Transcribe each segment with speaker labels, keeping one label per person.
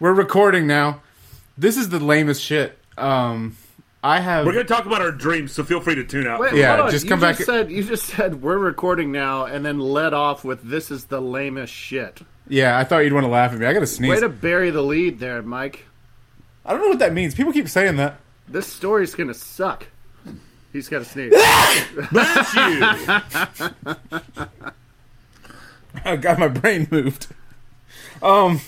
Speaker 1: We're recording now. This is the lamest shit. Um, I have.
Speaker 2: We're gonna talk about our dreams, so feel free to tune out.
Speaker 3: Wait,
Speaker 1: Yeah,
Speaker 3: hold on.
Speaker 1: just
Speaker 3: you
Speaker 1: come
Speaker 3: just
Speaker 1: back-
Speaker 3: Said, you just said we're recording now, and then led off with "This is the lamest shit."
Speaker 1: yeah, I thought you'd want to laugh at me. I gotta sneeze.
Speaker 3: Way to bury the lead there, Mike.
Speaker 1: I don't know what that means. People keep saying that.
Speaker 3: This story's gonna suck. He's got to sneeze.
Speaker 2: Bless you.
Speaker 1: I got my brain moved. Um,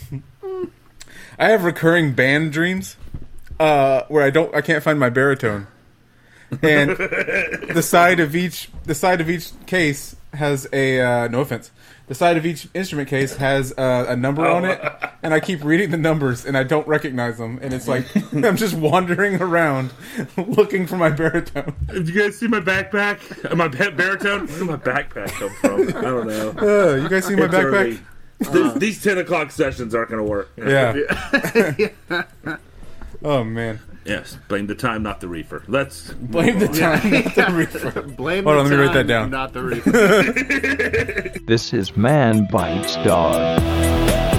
Speaker 1: I have recurring band dreams, uh, where I don't, I can't find my baritone, and the side of each, the side of each case has a, uh, no offense, the side of each instrument case has uh, a number on it, and I keep reading the numbers and I don't recognize them, and it's like I'm just wandering around looking for my baritone.
Speaker 2: Did you guys see my backpack? Uh, My ba- baritone? Where did my backpack come from? I don't know.
Speaker 1: Uh, you guys see my
Speaker 2: It's
Speaker 1: backpack? Uh-huh.
Speaker 2: early. These- these ten o'clock sessions aren't gonna work.
Speaker 1: Yeah. oh man.
Speaker 2: Yes. Blame the time, not the reefer. Let's.
Speaker 1: Blame the time, not the reefer.
Speaker 3: Blame
Speaker 1: Hold
Speaker 3: the
Speaker 1: on, let me write that
Speaker 3: time,
Speaker 1: down.
Speaker 3: Not the reason.
Speaker 4: This is Man Bites Dog.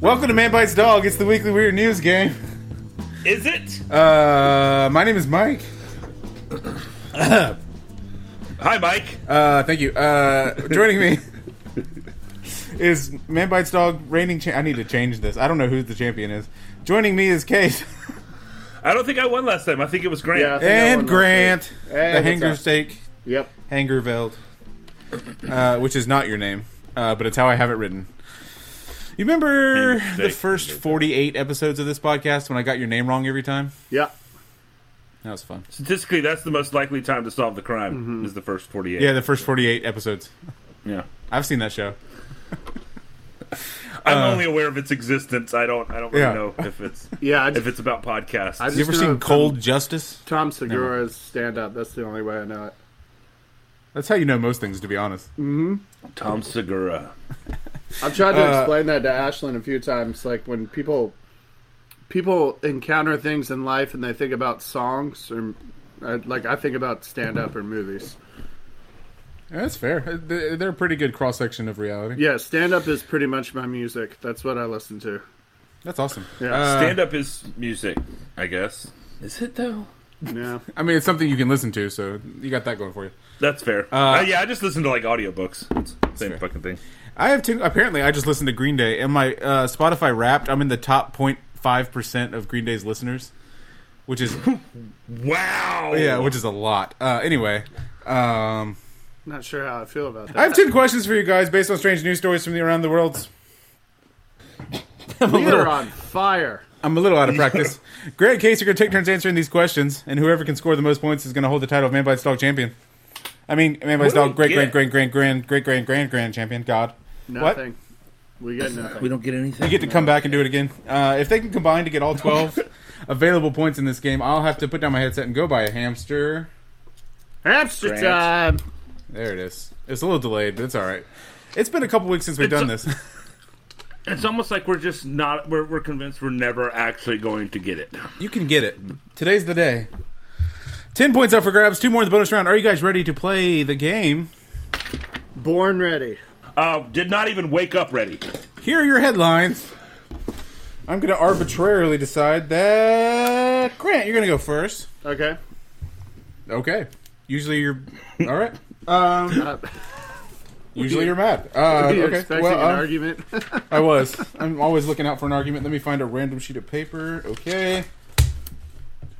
Speaker 1: Welcome to Man Bites Dog. It's the weekly weird news game.
Speaker 2: Is it?
Speaker 1: Uh, my name is Mike.
Speaker 2: Hi, Mike.
Speaker 1: Uh, thank you. Uh, joining me is Man Bites Dog reigning. Cha- I need to change this. I don't know who the champion is. Joining me is Kate
Speaker 2: I don't think I won last time. I think it was Grant.
Speaker 3: Yeah, I think I won
Speaker 1: and
Speaker 3: last
Speaker 1: Grant,
Speaker 3: week. Hey,
Speaker 1: the
Speaker 3: what's
Speaker 1: Hanger
Speaker 3: up?
Speaker 1: Steak
Speaker 3: yep.
Speaker 1: Hangerveld, uh, which is not your name, uh, but it's how I have it written. You remember
Speaker 2: Hanger
Speaker 1: the
Speaker 2: Steak.
Speaker 1: first 48 episodes of this podcast when I got your name wrong every time?
Speaker 3: Yep.
Speaker 1: That was fun.
Speaker 2: Statistically, that's the most likely time to solve the crime. Is the first forty-eight.
Speaker 1: Mm-hmm. Yeah, the first 48 episodes.
Speaker 2: Yeah.
Speaker 1: I've seen that show.
Speaker 2: I'm only aware of its existence. I don't. I don't really
Speaker 1: Uh, yeah.
Speaker 2: know if it's
Speaker 3: Yeah. I
Speaker 2: if
Speaker 3: just,
Speaker 2: it's about podcasts.
Speaker 3: I
Speaker 1: You
Speaker 3: just
Speaker 1: ever
Speaker 3: know
Speaker 1: seen
Speaker 3: from
Speaker 1: Cold Justice?
Speaker 3: Tom Segura's stand-up. That's the only way I know it.
Speaker 1: That's how you know most things, to be honest.
Speaker 3: Mm.
Speaker 2: Tom Segura.
Speaker 3: I've tried to
Speaker 1: Uh,
Speaker 3: explain that to Ashlyn a few times. Like when people people encounter things in life and they think about songs or I- like I think about stand up or movies.
Speaker 1: Yeah, that's fair. Uh, they- They're a pretty good cross section of reality.
Speaker 3: Yeah, stand up is pretty much my music. That's what I listen to.
Speaker 1: That's awesome.
Speaker 3: Yeah.
Speaker 1: Uh,
Speaker 2: Stand up is music, I guess. Is it though?
Speaker 3: Yeah.
Speaker 1: I mean, it's something you can listen to, so you got that going for you.
Speaker 2: That's fair. Uh, yeah, I just listen to like audiobooks. It's the same fucking thing.
Speaker 1: I have two. Apparently, I just listened to Green Day, and my uh, Spotify Wrapped. I'm in the top 05 percent of Green Day's listeners, which is
Speaker 2: Wow.
Speaker 1: yeah, which is a lot. Uh, anyway, um,
Speaker 3: Not sure how I feel about
Speaker 1: I
Speaker 3: that.
Speaker 1: have ten questions for you guys based on strange news stories from the around the world. I'm a
Speaker 3: We are on fire.
Speaker 1: I'm a little out of practice. Greg and Casey are going to take turns answering these questions, and whoever can score the most points is going to hold the title of Man Bites Dog Champion. I mean, Man Bites
Speaker 2: do
Speaker 1: Dog
Speaker 2: we
Speaker 1: Great Grand
Speaker 2: get?
Speaker 1: Grand Grand Grand Great Grand Grand Grand Champion. God,
Speaker 3: Nothing. We get nothing.
Speaker 2: We don't get anything.
Speaker 1: you get to come back and do it again. Uh, if they can combine to get all twelve available points in this game, I'll have to put down my headset and go buy a hamster.
Speaker 3: Hamster
Speaker 2: Grant.
Speaker 3: time.
Speaker 1: There it is. It's a little delayed, but it's all right. It's been a couple weeks since we've
Speaker 2: It's
Speaker 1: done
Speaker 2: a-
Speaker 1: this.
Speaker 2: it's almost like we're just not. We're, we're convinced we're never actually going to get it.
Speaker 1: You can get it. Today's the day. Ten points up for grabs. Two more in the bonus round. Are you guys ready to play the game?
Speaker 3: Born ready.
Speaker 2: Uh, did not even wake up ready.
Speaker 1: Here are your headlines. I'm going to arbitrarily decide that Grant, you're going to go first.
Speaker 3: Okay.
Speaker 1: Okay. Usually you're all right. Um,
Speaker 3: Uh,
Speaker 1: usually you're mad. Uh,
Speaker 3: you
Speaker 1: okay.
Speaker 3: expecting
Speaker 1: Well,
Speaker 3: an
Speaker 1: um,
Speaker 3: argument?
Speaker 1: I was. I'm always looking out for an argument. Let me find a random sheet of paper. Okay.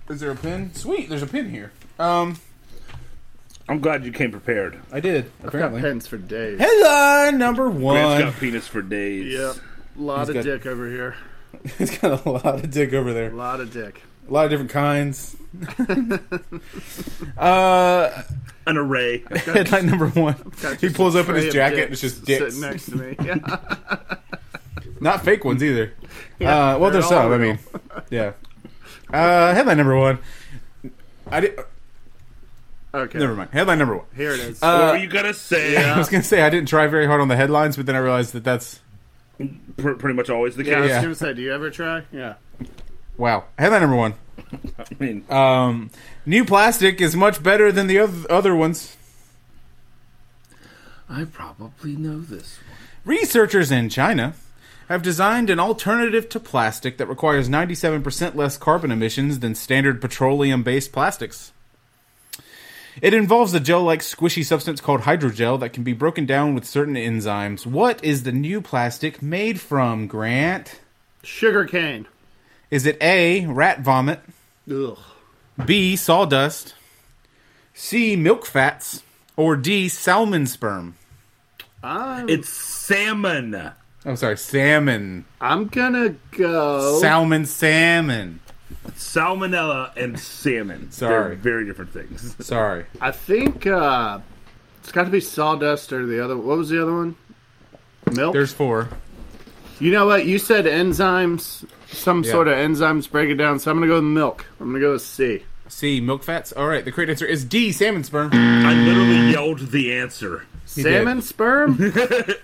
Speaker 1: Is there a pin? Sweet. There's a pin here. Um,
Speaker 2: I'm glad you came prepared.
Speaker 1: I did apparently.
Speaker 3: Pens for days.
Speaker 1: Headline number one.
Speaker 2: Grant's got penis for days.
Speaker 3: Yep. Lot of
Speaker 1: got-
Speaker 3: dick over here.
Speaker 1: It's got a lot of dick over there.
Speaker 3: Lot of dick.
Speaker 1: A lot of different kinds. uh,
Speaker 2: An array.
Speaker 1: headline number one. He pulls up in his
Speaker 3: Tray of
Speaker 1: jacket and it's just
Speaker 3: dicks
Speaker 1: dicks.
Speaker 3: sitting next to me. Yeah.
Speaker 1: Not fake ones either.
Speaker 3: Yeah,
Speaker 1: uh, well,
Speaker 3: they're
Speaker 1: there's some.
Speaker 3: all
Speaker 1: I mean, yeah. Uh, headline number one. I did.
Speaker 3: Okay.
Speaker 1: Never mind. Headline number one.
Speaker 3: Here it is.
Speaker 2: what
Speaker 1: Uh,
Speaker 2: were you gonna say?
Speaker 1: I was gonna say I didn't try very hard on the headlines, but then I realized that that's
Speaker 2: Pr- pretty much always the case.
Speaker 3: yeah, I was
Speaker 1: yeah.
Speaker 3: gonna say, do you ever try? Yeah.
Speaker 1: wow. Headline number one.
Speaker 2: I mean,
Speaker 1: Um, new plastic is much better than the other other ones.
Speaker 2: I probably know this. One.
Speaker 1: Researchers in China have designed an alternative to plastic that requires 97% less carbon emissions than standard petroleum based plastics. It involves a gel like squishy substance called hydrogel that can be broken down with certain enzymes. What is the new plastic made from, Grant?
Speaker 3: Sugar cane.
Speaker 1: Is it A, rat vomit,
Speaker 3: Ugh.
Speaker 1: B, sawdust, C, milk fats, or D, salmon sperm?
Speaker 3: I'm,
Speaker 2: It's salmon.
Speaker 1: I'm sorry, salmon.
Speaker 3: I'm gonna go.
Speaker 1: Salmon, salmon.
Speaker 2: Salmonella and salmon.
Speaker 1: Sorry.
Speaker 2: They're very different things.
Speaker 1: Sorry.
Speaker 3: I think uh, it's got to be sawdust or the other. What was the other one? Milk.
Speaker 1: There's four.
Speaker 3: you know what? You said enzymes, some
Speaker 1: Yeah.
Speaker 3: sort of enzymes break it down. So I'm gonna go with milk. I'm gonna go with C.
Speaker 1: C. Milk fats. All right. The correct answer is D. Salmon sperm.
Speaker 2: I literally yelled the answer.
Speaker 3: Salmon sperm?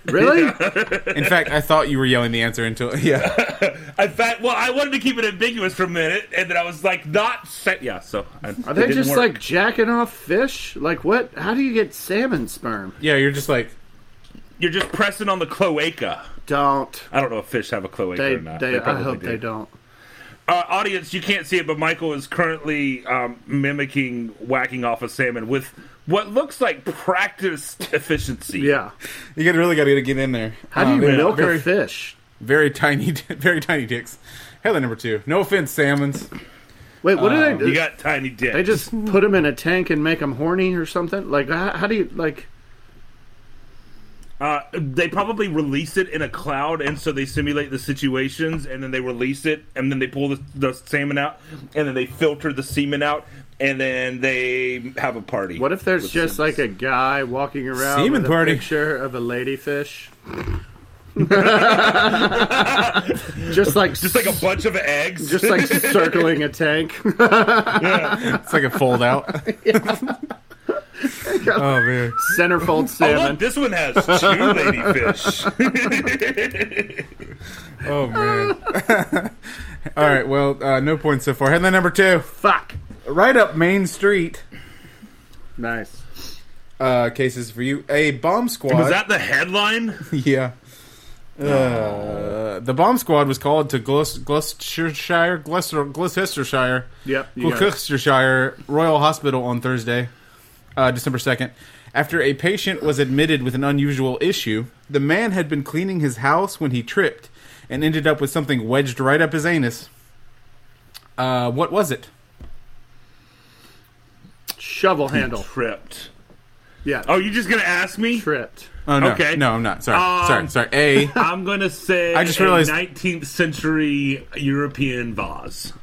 Speaker 3: really?
Speaker 1: In fact, I thought you were yelling the answer until yeah.
Speaker 2: In fact, well, I wanted to keep it ambiguous for a minute, and then I was like, not sa- yeah. So I,
Speaker 3: Are they just like jacking off fish? Like what? How do you get salmon sperm?
Speaker 1: Yeah. You're just like
Speaker 2: you're just pressing on the cloaca?
Speaker 3: Don't.
Speaker 2: I don't know if fish have a cloaca
Speaker 3: They,
Speaker 2: or not.
Speaker 3: they, I
Speaker 2: probably
Speaker 3: hope
Speaker 2: do.
Speaker 3: they don't.
Speaker 2: Uh, audience, you can't see it, but Michael is currently um, mimicking whacking off a salmon with what looks like practiced efficiency.
Speaker 3: Yeah.
Speaker 1: you gotta really gotta get in there.
Speaker 3: How do
Speaker 2: Oh,
Speaker 1: Um,
Speaker 3: you
Speaker 1: yeah,
Speaker 3: milk
Speaker 1: very
Speaker 3: a fish?
Speaker 1: very tiny very tiny dicks? Headline number two. No offense, salmons.
Speaker 3: Wait, what do they
Speaker 2: Um, You
Speaker 3: do?
Speaker 2: got tiny dick.
Speaker 3: They just put them in a tank and make them horny or something? Like how, how do you like?
Speaker 2: uh, they probably release it in a cloud, and so they simulate the situations, and then they release it, and then they pull the, the salmon out, and then they filter the semen out, and then they have a party.
Speaker 3: What if there's
Speaker 2: with
Speaker 3: just
Speaker 2: salmons.
Speaker 3: like a guy walking around
Speaker 1: Semen
Speaker 3: with
Speaker 1: party.
Speaker 3: a picture of a ladyfish? just like
Speaker 2: just like a bunch of eggs?
Speaker 3: just like circling a tank.
Speaker 1: It's like a fold out. oh man.
Speaker 3: Centerfold
Speaker 2: Oh, look,
Speaker 3: salmon.
Speaker 2: this one has two ladyfish.
Speaker 1: Oh man. All right. Well, uh, no points so far. Headline number two.
Speaker 3: Fuck.
Speaker 1: Right up Main Street.
Speaker 3: Nice.
Speaker 1: Uh, cases for you. A bomb squad.
Speaker 2: Was that the headline?
Speaker 1: Yeah. Uh, the bomb squad was called to Glouc- Gloucestershire, Gloucester, Gloucestershire,
Speaker 3: Yep. you got it.
Speaker 1: Gloucestershire Royal Hospital on Thursday, uh, December second. After a patient was admitted with an unusual issue, the man had been cleaning his house when he tripped and ended up with something wedged right up his anus. Uh, what was it?
Speaker 3: Shovel handle.
Speaker 2: Tripped.
Speaker 3: Yeah.
Speaker 2: Oh, you just gonna ask me?
Speaker 3: Tripped.
Speaker 1: Oh no,
Speaker 2: Okay.
Speaker 1: no, I'm not. Sorry,
Speaker 2: Um,
Speaker 1: sorry, sorry. A.
Speaker 2: I'm gonna say
Speaker 1: I just realized-
Speaker 2: a 19th century European vase.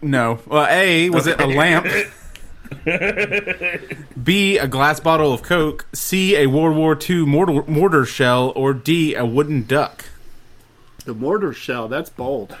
Speaker 1: No. Well, A, was it a lamp? B, a glass bottle of Coke. C, a World War II mortar, mortar shell. Or D, a wooden duck.
Speaker 3: The mortar shell. That's bold.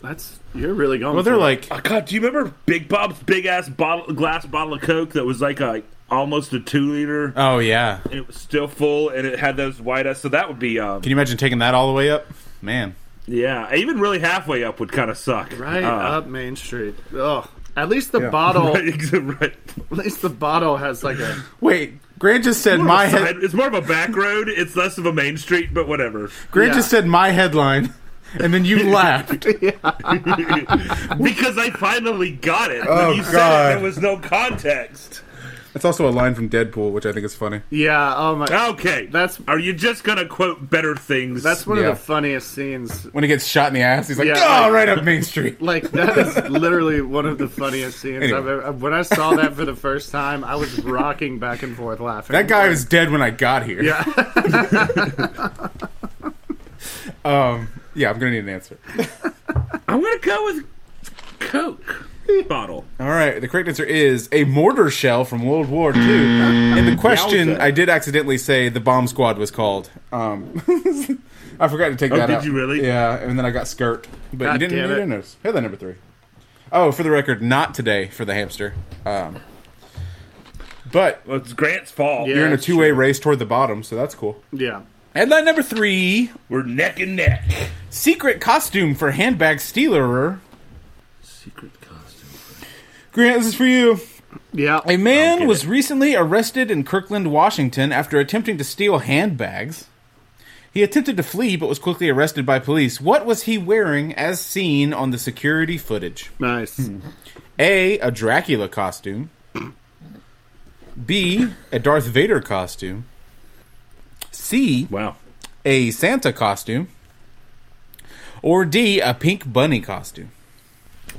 Speaker 3: That's you're really going.
Speaker 1: Well, they're
Speaker 3: for
Speaker 1: like,
Speaker 3: it.
Speaker 2: Oh, God, do you remember Big Bob's big ass bottle, glass bottle of Coke that was like a almost a two liter?
Speaker 1: oh, yeah.
Speaker 2: and it was still full, and it had those white ass. So that would be, um,
Speaker 1: Can you imagine taking that all the way up? Man.
Speaker 2: yeah, even really halfway up would kind of suck.
Speaker 3: right uh,
Speaker 2: Uh,
Speaker 3: up Main Street. Ugh. At least the bottle. At
Speaker 2: right.
Speaker 3: least the bottle has like a.
Speaker 1: Wait, Grant just said my
Speaker 2: Side-
Speaker 1: head.
Speaker 2: it's more of a back road. It's less of a main street, but whatever.
Speaker 1: Grant
Speaker 3: Yeah.
Speaker 1: just said my headline, and then you laughed.
Speaker 2: because I finally got it.
Speaker 1: Oh,
Speaker 2: when you said
Speaker 1: God.
Speaker 2: it, there was no context.
Speaker 1: That's also a line from Deadpool, which I think is funny.
Speaker 3: Yeah. Oh my.
Speaker 2: Okay,
Speaker 3: That's-
Speaker 2: Are you just gonna quote better things?
Speaker 3: That's one
Speaker 1: Yeah.
Speaker 3: of the funniest scenes.
Speaker 1: When he gets shot in the ass, he's like,
Speaker 3: Yeah,
Speaker 1: oh,
Speaker 3: like-
Speaker 1: right up Main Street.
Speaker 3: Like that is literally one of the funniest scenes
Speaker 1: Anyway.
Speaker 3: I've ever. When I saw that for the first time, I was rocking back and forth laughing.
Speaker 1: That guy was dead when I got here.
Speaker 3: Yeah.
Speaker 1: Um, yeah, I'm going to need an answer.
Speaker 2: I'm gonna go with Coke bottle.
Speaker 1: All right, the correct answer is a mortar shell from World War II. And the question,
Speaker 2: Yowza.
Speaker 1: I did accidentally say the bomb squad was called. Um, I forgot to take that
Speaker 2: did
Speaker 1: out.
Speaker 3: Oh,
Speaker 2: you really?
Speaker 1: Yeah, and then I got skirt. But
Speaker 3: God
Speaker 1: you didn't,
Speaker 3: damn
Speaker 1: you
Speaker 3: it.
Speaker 1: didn't notice. Headline number three. Oh, for the record, not today for the hamster. Um, but
Speaker 2: Well, it's Grant's fault.
Speaker 1: you're in a
Speaker 3: That's
Speaker 1: two way race toward the bottom, so that's cool.
Speaker 3: Yeah.
Speaker 1: Headline number three
Speaker 2: We're neck and neck.
Speaker 1: Secret costume for handbag stealer.
Speaker 2: Secret costume.
Speaker 1: Grant, this is for you.
Speaker 3: Yeah.
Speaker 1: A man
Speaker 2: get
Speaker 1: was
Speaker 2: it.
Speaker 1: recently arrested in Kirkland, Washington after attempting to steal handbags. He attempted to flee but was quickly arrested by police. What was he wearing as seen on the security footage?
Speaker 3: Nice.
Speaker 1: A. A Dracula costume. B. A Darth Vader costume. C.
Speaker 2: Wow.
Speaker 1: A Santa costume. Or D. A pink bunny costume.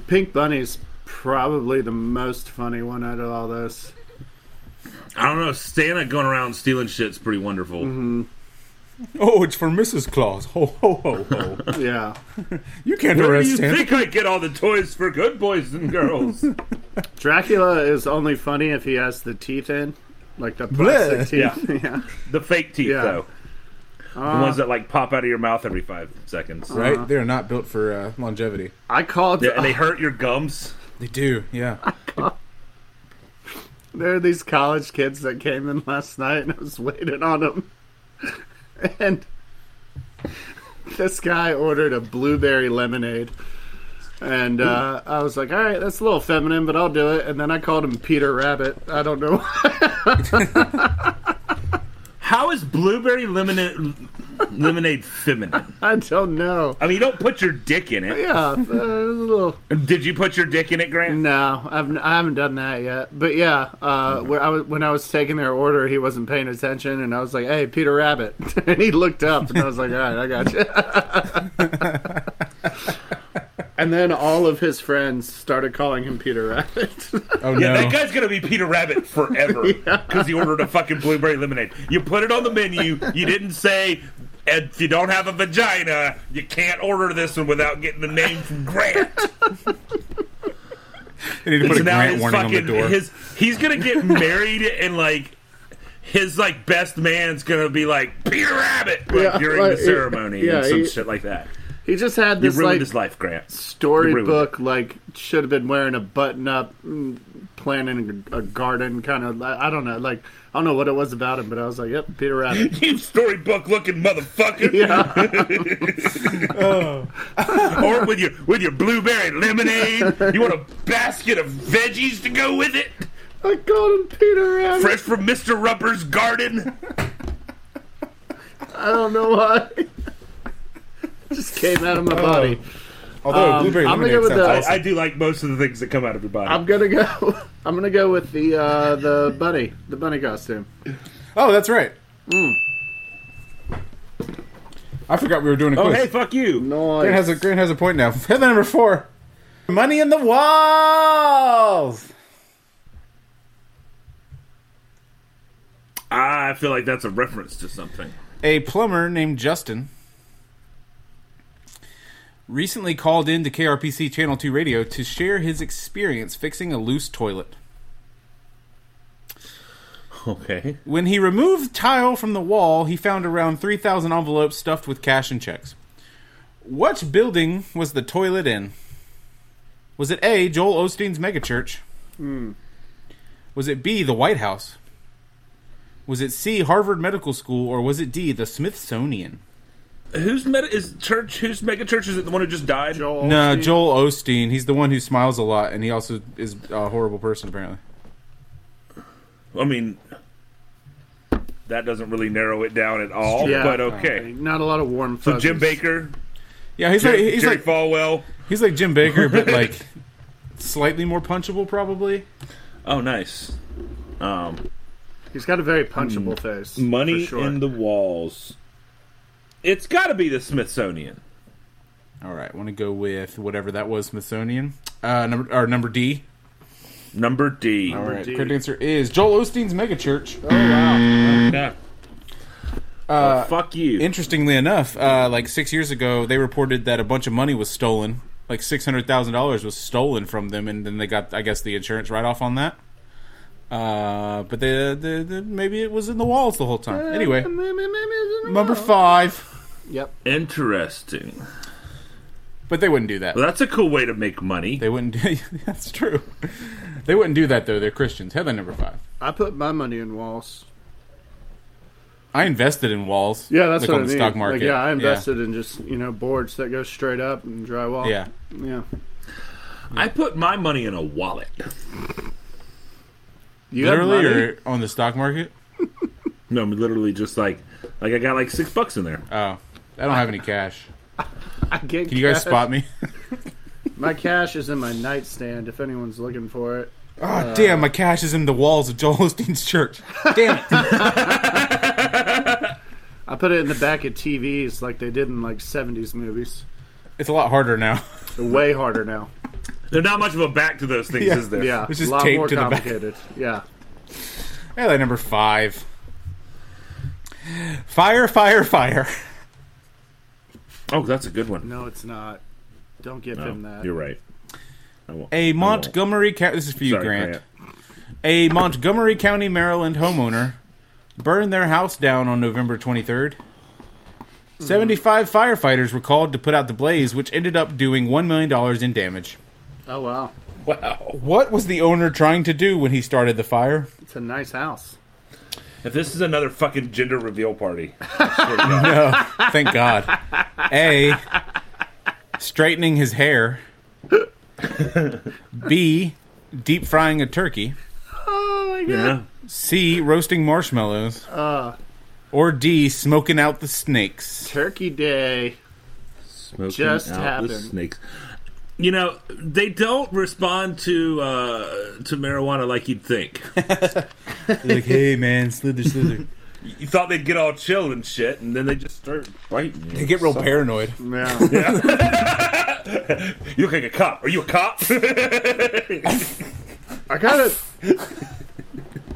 Speaker 3: Pink Bunny's probably the most funny one out of all this.
Speaker 2: I don't know. Santa going around stealing shit's pretty wonderful.
Speaker 1: Oh, it's for Mrs. Claus. Ho, ho, ho, ho.
Speaker 3: Yeah.
Speaker 1: You can't
Speaker 2: Where do
Speaker 1: arrest
Speaker 2: you
Speaker 1: Santa.
Speaker 2: think I get all the toys for good boys and girls?
Speaker 3: Dracula is only funny if he has the teeth in, like the plastic
Speaker 2: Yeah. Uh,
Speaker 3: teeth. Yeah.
Speaker 2: the fake teeth,
Speaker 3: Yeah.
Speaker 2: though. the ones that like pop out of your mouth every five seconds,
Speaker 1: Right? They're not built for uh, longevity.
Speaker 3: I called.
Speaker 2: Yeah, and they hurt your gums.
Speaker 1: They do, yeah.
Speaker 3: There are these college kids that came in last night, and I was waiting on them. And this guy ordered a blueberry lemonade. And uh, I was like, all right, that's a little feminine, but I'll do it. And then I called him Peter Rabbit. I don't know.
Speaker 2: How is blueberry lemonade lemonade feminine?
Speaker 3: I don't know.
Speaker 2: I mean, you don't put your dick in it.
Speaker 3: Yeah, uh, it was a little.
Speaker 2: Did you put your dick in it, Grant?
Speaker 3: No, I've, I haven't done that yet. But yeah, uh, where I was, when I was taking their order, he wasn't paying attention, and I was like, "Hey, Peter Rabbit," and he looked up, and I was like, "All right, I got you." and then all of his friends started calling him Peter Rabbit.
Speaker 1: Oh,
Speaker 2: Yeah,
Speaker 1: no.
Speaker 2: that guy's gonna be Peter Rabbit forever because he ordered a fucking blueberry lemonade. You put it on the menu. You didn't say, if you don't have a vagina, you can't order this one without getting the name from Grant.
Speaker 1: They need to put
Speaker 2: So
Speaker 1: a
Speaker 2: now
Speaker 1: grant
Speaker 2: his
Speaker 1: warning on the
Speaker 2: fucking
Speaker 1: door.
Speaker 2: his he's gonna get married and like his like best man's gonna be like Peter Rabbit like,
Speaker 3: Yeah,
Speaker 2: during
Speaker 3: like,
Speaker 2: the ceremony
Speaker 3: yeah,
Speaker 2: and some
Speaker 3: he-
Speaker 2: shit like that.
Speaker 3: he just had
Speaker 2: You
Speaker 3: this
Speaker 2: ruined
Speaker 3: like
Speaker 2: his life, Grant.
Speaker 3: storybook, like should have been wearing a button-up, mm, planting a garden, kind of. I don't know, like I don't know what it was about him, but I was like, "Yep, Peter Rabbit."
Speaker 2: You storybook looking motherfucker.
Speaker 3: Yeah.
Speaker 2: Oh. or with your with your blueberry lemonade. You want a basket of veggies to go with it?
Speaker 3: I called him Peter Rabbit.
Speaker 2: Fresh from Mr. Rupper's garden.
Speaker 3: I don't know why. Just came out of my body.
Speaker 1: Although
Speaker 3: Um,
Speaker 1: blueberry
Speaker 3: I'm gonna
Speaker 1: lemonade
Speaker 3: go with
Speaker 1: sounds
Speaker 3: the-
Speaker 1: awesome.
Speaker 2: I do like most of the things that come out of your body.
Speaker 3: I'm gonna go. I'm gonna go with the uh, the bunny, the bunny costume.
Speaker 1: Oh, that's right. I forgot we were doing a
Speaker 2: oh
Speaker 1: quiz.
Speaker 2: hey, fuck you.
Speaker 1: Grant
Speaker 3: Nice.
Speaker 1: has a Grant has a point now. Headline number four: Money in the walls.
Speaker 2: I feel like that's a reference to something.
Speaker 1: A plumber named Justin recently called in to KRPC Channel Two Radio to share his experience fixing a loose toilet.
Speaker 2: Okay.
Speaker 1: When he removed tile from the wall, he found around 3,000 envelopes stuffed with cash and checks. What building was the toilet in? Was it A, Joel Osteen's megachurch? Was it B, the White House? Was it C, Harvard Medical School? Or was it D, the Smithsonian?
Speaker 2: Who's meta is church? Who's mega church? Is it the one who just died?
Speaker 3: Joel
Speaker 1: No,
Speaker 3: Osteen.
Speaker 1: Joel Osteen. He's the one who smiles a lot, and he also is a horrible person, apparently.
Speaker 2: I mean, that doesn't really narrow it down at all.
Speaker 3: Yeah.
Speaker 2: But okay.
Speaker 3: Not a lot of warm.
Speaker 2: So
Speaker 3: Fuzzies.
Speaker 2: Jim Baker,
Speaker 1: Yeah, he's like he's
Speaker 2: Jerry
Speaker 1: like
Speaker 2: Falwell.
Speaker 1: he's like Jim Baker, but like slightly more punchable, probably.
Speaker 2: Oh, nice. Um,
Speaker 3: He's got a very punchable face.
Speaker 2: money
Speaker 3: for sure.
Speaker 2: in the walls. It's got to be the Smithsonian.
Speaker 1: All right, want to go with whatever that was, Smithsonian. Uh, number or number D.
Speaker 2: Number D.
Speaker 1: All right,
Speaker 3: D.
Speaker 1: correct answer is Joel Osteen's megachurch.
Speaker 3: Oh wow.
Speaker 2: Yeah.
Speaker 1: Uh,
Speaker 2: Well, Oh, fuck you.
Speaker 1: Interestingly enough, uh, like six years ago, they reported that a bunch of money was stolen, like six hundred thousand dollars was stolen from them, and then they got, I guess, the insurance write off on that. Uh, but they, they, they, maybe it was in the walls the whole time.
Speaker 3: Uh,
Speaker 1: Anyway, number five.
Speaker 3: Yep.
Speaker 2: Interesting.
Speaker 1: But they wouldn't do that.
Speaker 2: Well, that's a cool way to make money.
Speaker 1: They wouldn't. Do, that's true. They wouldn't do that though. They're Christians. Headline number five.
Speaker 3: I put my money in walls.
Speaker 1: I invested in walls.
Speaker 3: Yeah, that's
Speaker 1: like
Speaker 3: what
Speaker 1: on
Speaker 3: I
Speaker 1: the
Speaker 3: mean.
Speaker 1: stock market.
Speaker 3: Like, yeah, I invested in just you know boards that go straight up and drywall.
Speaker 1: Yeah.
Speaker 3: yeah.
Speaker 2: I put my money in a wallet.
Speaker 3: You have
Speaker 1: Literally
Speaker 3: money?
Speaker 1: or on the stock market.
Speaker 2: No, I'm literally just like, like I got like six bucks in there.
Speaker 1: Oh, I don't have any cash.
Speaker 3: I get
Speaker 1: Can you guys
Speaker 3: cash.
Speaker 1: spot me?
Speaker 3: My cash is in my nightstand. If anyone's looking for it,
Speaker 1: Oh, damn! My cash is in the walls of Joel Osteen's church. Damn it!
Speaker 3: I put it in the back of TVs like they did in like '70s movies.
Speaker 1: it's a lot harder now.
Speaker 3: They're way harder now.
Speaker 2: There's not much of a back to those things,
Speaker 1: Yeah.
Speaker 2: is there?
Speaker 3: Yeah,
Speaker 1: It's just
Speaker 3: a lot
Speaker 1: taped
Speaker 3: more
Speaker 1: to the back.
Speaker 3: complicated. Yeah,
Speaker 1: Headline number five. Fire! Fire! Fire!
Speaker 2: Oh, that's a good one.
Speaker 3: no, it's not. Don't give
Speaker 2: No,
Speaker 3: him that.
Speaker 2: you're right. I won't. I
Speaker 1: A
Speaker 2: won't.
Speaker 1: Montgomery County. This is for you,
Speaker 2: Sorry,
Speaker 1: Grant. A Montgomery County, Maryland homeowner burned their house down on November 23rd.
Speaker 2: Hmm.
Speaker 1: 75 firefighters were called to put out the blaze, which ended up doing $1 million in damage.
Speaker 3: Oh wow,
Speaker 2: Wow.
Speaker 1: What was the owner trying to do when he started the fire?
Speaker 3: it's a nice house.
Speaker 2: If this is another fucking gender reveal party,
Speaker 1: Thank God. A. Straightening his hair. B. Deep frying a turkey.
Speaker 3: Oh my god.
Speaker 2: yeah.
Speaker 1: C. Roasting marshmallows. or D. Smoking out the snakes.
Speaker 3: Turkey Day.
Speaker 2: Smoking
Speaker 3: Just
Speaker 2: out the
Speaker 3: happened.
Speaker 2: snakes. You know, they don't respond to uh, to marijuana like you'd think.
Speaker 1: Like, hey man, slither, slither.
Speaker 2: you thought they'd get all chill and shit, and then they just start biting.
Speaker 1: They get real paranoid.
Speaker 3: Yeah.
Speaker 2: You look like a cop. Are you a cop?
Speaker 3: I got it.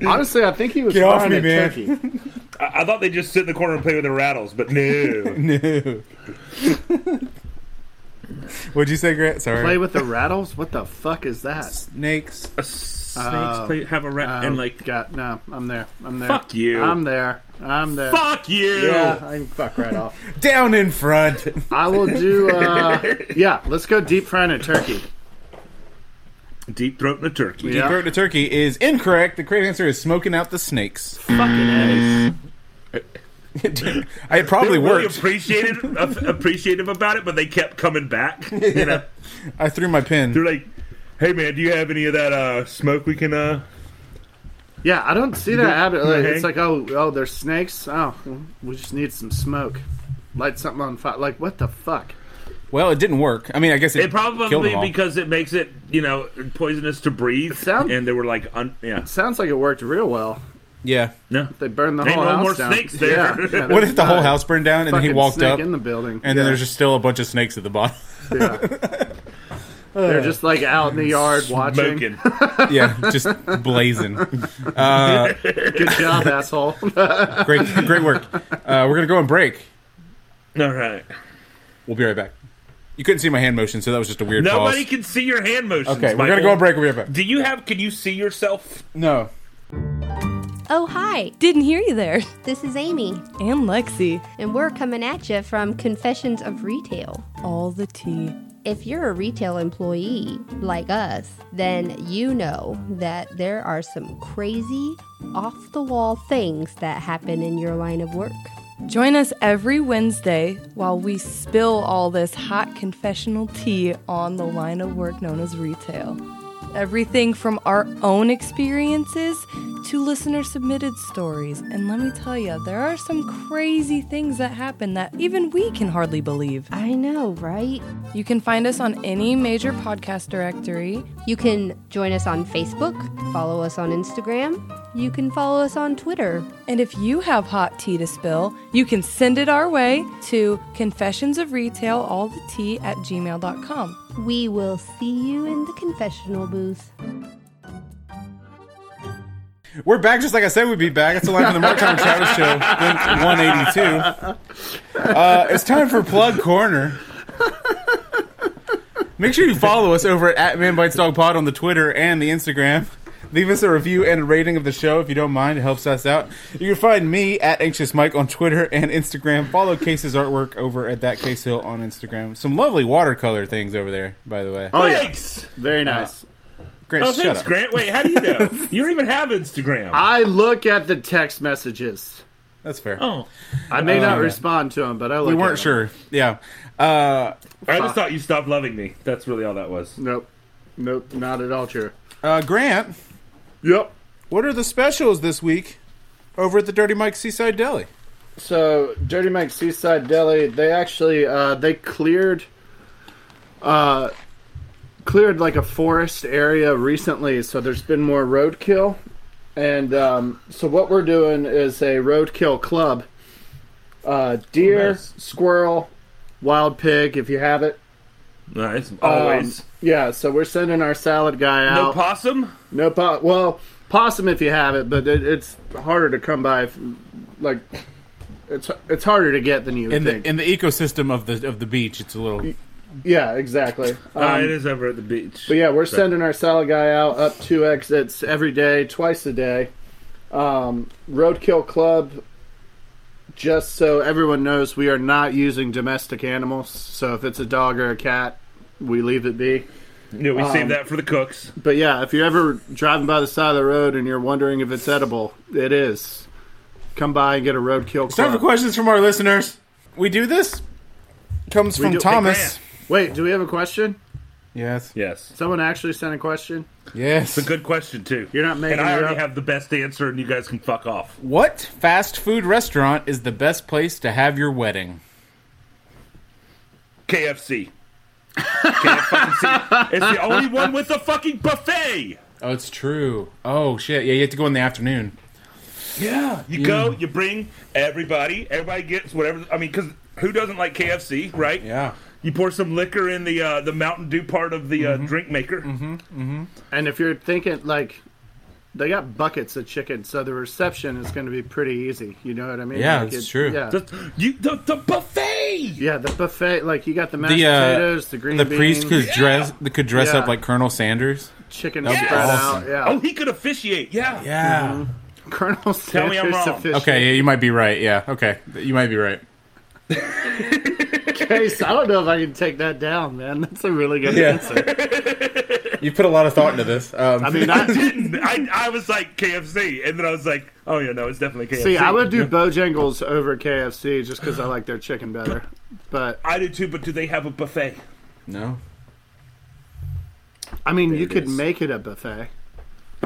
Speaker 3: Honestly, I think he was
Speaker 1: Get off
Speaker 3: frying
Speaker 1: me,
Speaker 3: a
Speaker 1: man.
Speaker 3: turkey.
Speaker 2: I I thought they just sit in the corner and play with their rattles, but no.
Speaker 1: No. What'd you say, Grant? Sorry.
Speaker 3: Play with the rattles? What the fuck is that?
Speaker 1: snakes.
Speaker 2: Snakes
Speaker 3: Oh.
Speaker 2: play, have a rat
Speaker 3: Um,
Speaker 2: and like
Speaker 3: got no. I'm there. I'm there.
Speaker 2: Fuck you.
Speaker 3: I'm there. I'm there.
Speaker 2: fuck you.
Speaker 3: Yeah, I can fuck right off.
Speaker 1: Down in front.
Speaker 3: I will do. Uh, yeah, let's go deep frying a turkey.
Speaker 2: Deep throat and a turkey.
Speaker 1: Deep
Speaker 3: Yeah.
Speaker 1: throat to turkey is incorrect. The correct answer is smoking out the snakes.
Speaker 3: Fucking
Speaker 1: Mm.
Speaker 3: ass.
Speaker 1: I it probably
Speaker 2: Really
Speaker 1: worked.
Speaker 2: appreciated aff- appreciative about it, but they kept coming back. You know,
Speaker 1: I threw my
Speaker 2: they're
Speaker 1: pin.
Speaker 2: like, "Hey man, do you have any of that uh, smoke we can?" uh
Speaker 3: Yeah, I don't see that habit. Like,
Speaker 2: hang?
Speaker 3: it's like, oh, oh, there's snakes. Oh, we just need some smoke. Light something on fire. Like, what the fuck?
Speaker 1: Well, it didn't work. I mean, I guess it,
Speaker 2: It
Speaker 1: killed
Speaker 2: probably
Speaker 1: them all.
Speaker 2: because it makes it you know poisonous to breathe.
Speaker 3: sound-
Speaker 2: and they were like, un- "Yeah,
Speaker 3: Sounds like it worked real well.
Speaker 1: yeah.
Speaker 2: no."
Speaker 3: They burned the
Speaker 2: Ain't
Speaker 3: whole
Speaker 2: no
Speaker 3: house
Speaker 2: more
Speaker 3: down.
Speaker 2: snakes there.
Speaker 3: Yeah, yeah,
Speaker 2: What
Speaker 1: What
Speaker 3: there's
Speaker 1: if the whole
Speaker 3: not a
Speaker 1: house burned down and then he
Speaker 3: fucking
Speaker 1: walked
Speaker 3: snake
Speaker 1: up
Speaker 3: in
Speaker 1: and
Speaker 3: the building?
Speaker 1: then there's just still a bunch of snakes at the bottom?
Speaker 3: They're just like out in the yard
Speaker 2: Smoking.
Speaker 3: watching.
Speaker 1: yeah, just blazing. Uh,
Speaker 3: Good job, asshole.
Speaker 1: great, great work. Uh, we're gonna go on break.
Speaker 2: All right.
Speaker 1: We'll be right back. You couldn't see my hand motion, so that was just a weird pause.
Speaker 2: Nobody can see your hand motions.
Speaker 1: Okay, we're
Speaker 2: Michael.
Speaker 1: gonna go on break. We'll be right back.
Speaker 2: Do you have? Can you see yourself?
Speaker 1: No.
Speaker 5: Oh, hi. Didn't hear you there.
Speaker 6: This is Amy,
Speaker 5: And Lexi.
Speaker 6: and we're coming at you from Confessions of Retail.
Speaker 5: All the tea.
Speaker 6: If you're a retail employee like us, then you know that there are some crazy, off the wall things that happen in your line of work.
Speaker 5: Join us every Wednesday while we spill all this hot confessional tea on the line of work known as retail. Everything from our own experiences to listener submitted stories. And let me tell you, there are some crazy things that happen that even we can hardly believe.
Speaker 6: I know, right?
Speaker 5: You can find us on any major podcast directory.
Speaker 6: You can join us on Facebook, follow us on Instagram, you can follow us on Twitter.
Speaker 5: And if you have hot tea to spill, you can send it our way to confessionsofretailallthetea at gmail.com.
Speaker 6: We will see you in the confessional booth.
Speaker 1: We're back just like I said we'd be back. It's the line from the Mark Tom and Travis show, Blink 182. Uh, it's time for Plug Corner. Make sure you follow us over at, at Man Bites Dog Pod on the Twitter and the Instagram. Leave us a review and a rating of the show if you don't mind. It helps us out. You can find me at Anxious Mike on Twitter and Instagram. Follow Case's artwork over at That Case Hill on Instagram. Some lovely watercolor things over there, by the way.
Speaker 3: Oh yeah,
Speaker 2: Thanks.
Speaker 3: very nice.
Speaker 1: Grant,
Speaker 2: Oh,
Speaker 1: shut
Speaker 2: thanks,
Speaker 1: up.
Speaker 2: Grant. Wait, how do you know? you don't even have Instagram.
Speaker 3: I look at the text messages.
Speaker 1: That's fair.
Speaker 2: oh,
Speaker 3: I may
Speaker 1: yeah.
Speaker 3: not respond to them, but I look.
Speaker 1: we
Speaker 3: at
Speaker 1: weren't
Speaker 3: 'em.
Speaker 1: sure. Yeah. Uh,
Speaker 2: I just thought you stopped loving me. That's really all that was.
Speaker 3: Nope, nope, not at all sure.
Speaker 1: uh, Grant,
Speaker 3: Yep.
Speaker 1: what are the specials this week over at the Dirty Mike Seaside Deli?
Speaker 3: So Dirty Mike Seaside Deli, they actually uh, they cleared uh, cleared like a forest area recently, so there's been more roadkill. And um, so what we're doing is a roadkill club. Uh, deer,
Speaker 2: Oh, nice.
Speaker 3: squirrel, wild pig, if you have it.
Speaker 2: Nice.
Speaker 3: Um,
Speaker 2: Always.
Speaker 3: yeah, so we're sending our salad guy out.
Speaker 2: no possum.
Speaker 3: No po- Well, possum if you have it, but it, it's harder to come by. If, like, it's it's harder to get than you
Speaker 1: In
Speaker 3: think.
Speaker 1: the in the ecosystem of the of the beach, it's a little.
Speaker 3: yeah, exactly. Um,
Speaker 2: Uh, it is over at the beach.
Speaker 3: but yeah, we're sending our salad guy out up two exits every day, twice a day. Um, Roadkill Club. Just so everyone knows, we are not using domestic animals. So if it's a dog or a cat, we leave it be.
Speaker 2: yeah, we
Speaker 3: um,
Speaker 2: saved that for the cooks.
Speaker 3: But yeah, if you're ever driving by the side of the road and you're wondering if it's edible, it is. Come by and get a roadkill
Speaker 1: Time for
Speaker 3: club.
Speaker 1: questions from our listeners. We do this. Comes from
Speaker 3: do- Hey,
Speaker 1: Thomas.
Speaker 3: Wait, do we have a question?
Speaker 1: yes.
Speaker 2: Yes.
Speaker 3: Someone actually sent a question.
Speaker 1: Yes.
Speaker 2: Good question too.
Speaker 3: You're not making
Speaker 2: And I
Speaker 3: it
Speaker 2: already
Speaker 3: up.
Speaker 2: have the best answer, and you guys can fuck off.
Speaker 1: What fast food restaurant is the best place to have your wedding?
Speaker 2: KFC. KFC. It's the only one with a fucking buffet.
Speaker 1: Oh, it's true. Oh shit! Yeah, you have to go in the afternoon.
Speaker 2: Yeah. You go. You bring everybody. Everybody gets whatever. I mean, because who doesn't like KFC, right?
Speaker 1: Yeah.
Speaker 2: You pour some liquor in the uh, the Mountain Dew part of the uh, drink maker.
Speaker 3: And if you're thinking like they got buckets of chicken, so the reception is going to be pretty easy. You know what I mean?
Speaker 1: Yeah,
Speaker 3: Like,
Speaker 1: that's
Speaker 3: it-
Speaker 1: true.
Speaker 3: Yeah.
Speaker 2: Just- you the, the buffet.
Speaker 3: yeah, the buffet, like you got the mashed
Speaker 1: The, uh,
Speaker 3: potatoes, the green
Speaker 1: The
Speaker 3: beans,
Speaker 1: priest could dress could dress
Speaker 3: Yeah.
Speaker 1: up like Colonel Sanders.
Speaker 3: chicken
Speaker 1: That'd be
Speaker 3: spread
Speaker 1: awesome.
Speaker 3: out. Yeah,
Speaker 2: Oh, he could officiate. Yeah.
Speaker 1: Yeah.
Speaker 3: Colonel Sanders
Speaker 2: Oh, me I'm wrong.
Speaker 3: official.
Speaker 1: Okay. Yeah, you might be right. Yeah. Okay. You might be right.
Speaker 3: Case, I don't know if I can take that down, man. That's a really good
Speaker 1: Yeah.
Speaker 3: answer.
Speaker 1: You put a lot of thought into this. Um,
Speaker 3: I mean, I,
Speaker 2: Didn't I? I was like KFC, and then I was like, oh yeah, no, it's definitely KFC.
Speaker 3: See, I would do Bojangles over KFC just because I like their chicken better. But
Speaker 2: I do too, but do they have a buffet?
Speaker 1: no.
Speaker 3: I mean, you
Speaker 2: it
Speaker 3: could
Speaker 2: is.
Speaker 3: make it a buffet.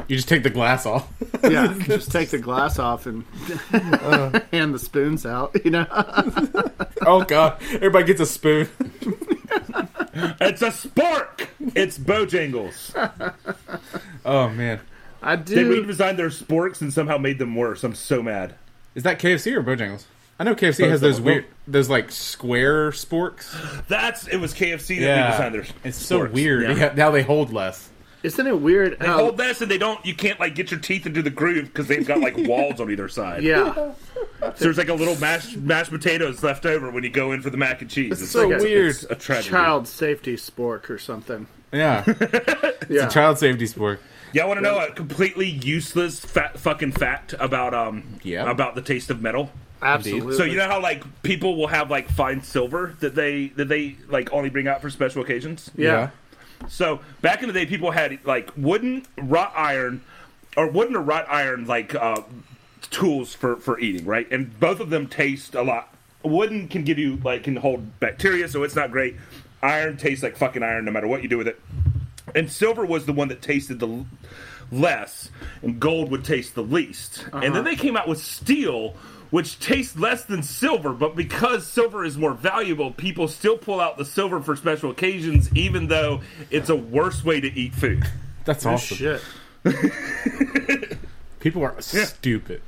Speaker 1: You just take the glass off.
Speaker 3: Yeah, just take the glass off and
Speaker 1: Uh.
Speaker 3: hand the spoons out. You know,
Speaker 1: oh god! Everybody gets a spoon.
Speaker 2: It's a spork. It's Bojangles.
Speaker 1: Oh man.
Speaker 3: I
Speaker 2: They
Speaker 3: do.
Speaker 2: redesigned their sporks and somehow made them worse. I'm so mad.
Speaker 1: Is that KFC or Bojangles? I know KFC has
Speaker 2: of them.
Speaker 1: those weird, those like square sporks.
Speaker 2: That's it was KFC that redesigned their.
Speaker 1: it's so
Speaker 2: sporks.
Speaker 1: weird.
Speaker 2: Yeah.
Speaker 1: Yeah, Now they hold less.
Speaker 3: Isn't it weird?
Speaker 2: They
Speaker 3: How,
Speaker 2: hold this and they don't. You can't like get your teeth into the groove because they've got like walls on either side.
Speaker 3: yeah,
Speaker 2: So there's like a little mashed mashed potatoes left over when you go in for the mac and cheese.
Speaker 1: so
Speaker 2: like a-
Speaker 1: weird.
Speaker 2: it's a tragedy.
Speaker 3: child safety spork or something.
Speaker 1: Yeah,
Speaker 3: Yeah,
Speaker 1: child safety sport.
Speaker 2: Y'all want to know a completely useless fat, fucking fact about um
Speaker 1: Yeah.
Speaker 2: about the taste of metal?
Speaker 3: absolutely.
Speaker 2: So you know how like people will have like fine silver that they that they like only bring out for special occasions.
Speaker 3: yeah,
Speaker 2: So back in the day, people had like wooden wrought iron or wooden or wrought iron like uh, tools for for eating, right? And both of them taste a lot. Wooden can give you like can hold bacteria, so it's not great. Iron tastes like fucking iron, no matter what you do with it. And silver was the one that tasted the l- less, and gold would taste the least. And
Speaker 3: Uh-huh.
Speaker 2: then they came out with steel, which tastes less than silver, but because silver is more valuable, people still pull out the silver for special occasions, even though it's a worse way to eat food.
Speaker 1: that's awesome.
Speaker 3: shit.
Speaker 1: People are stupid.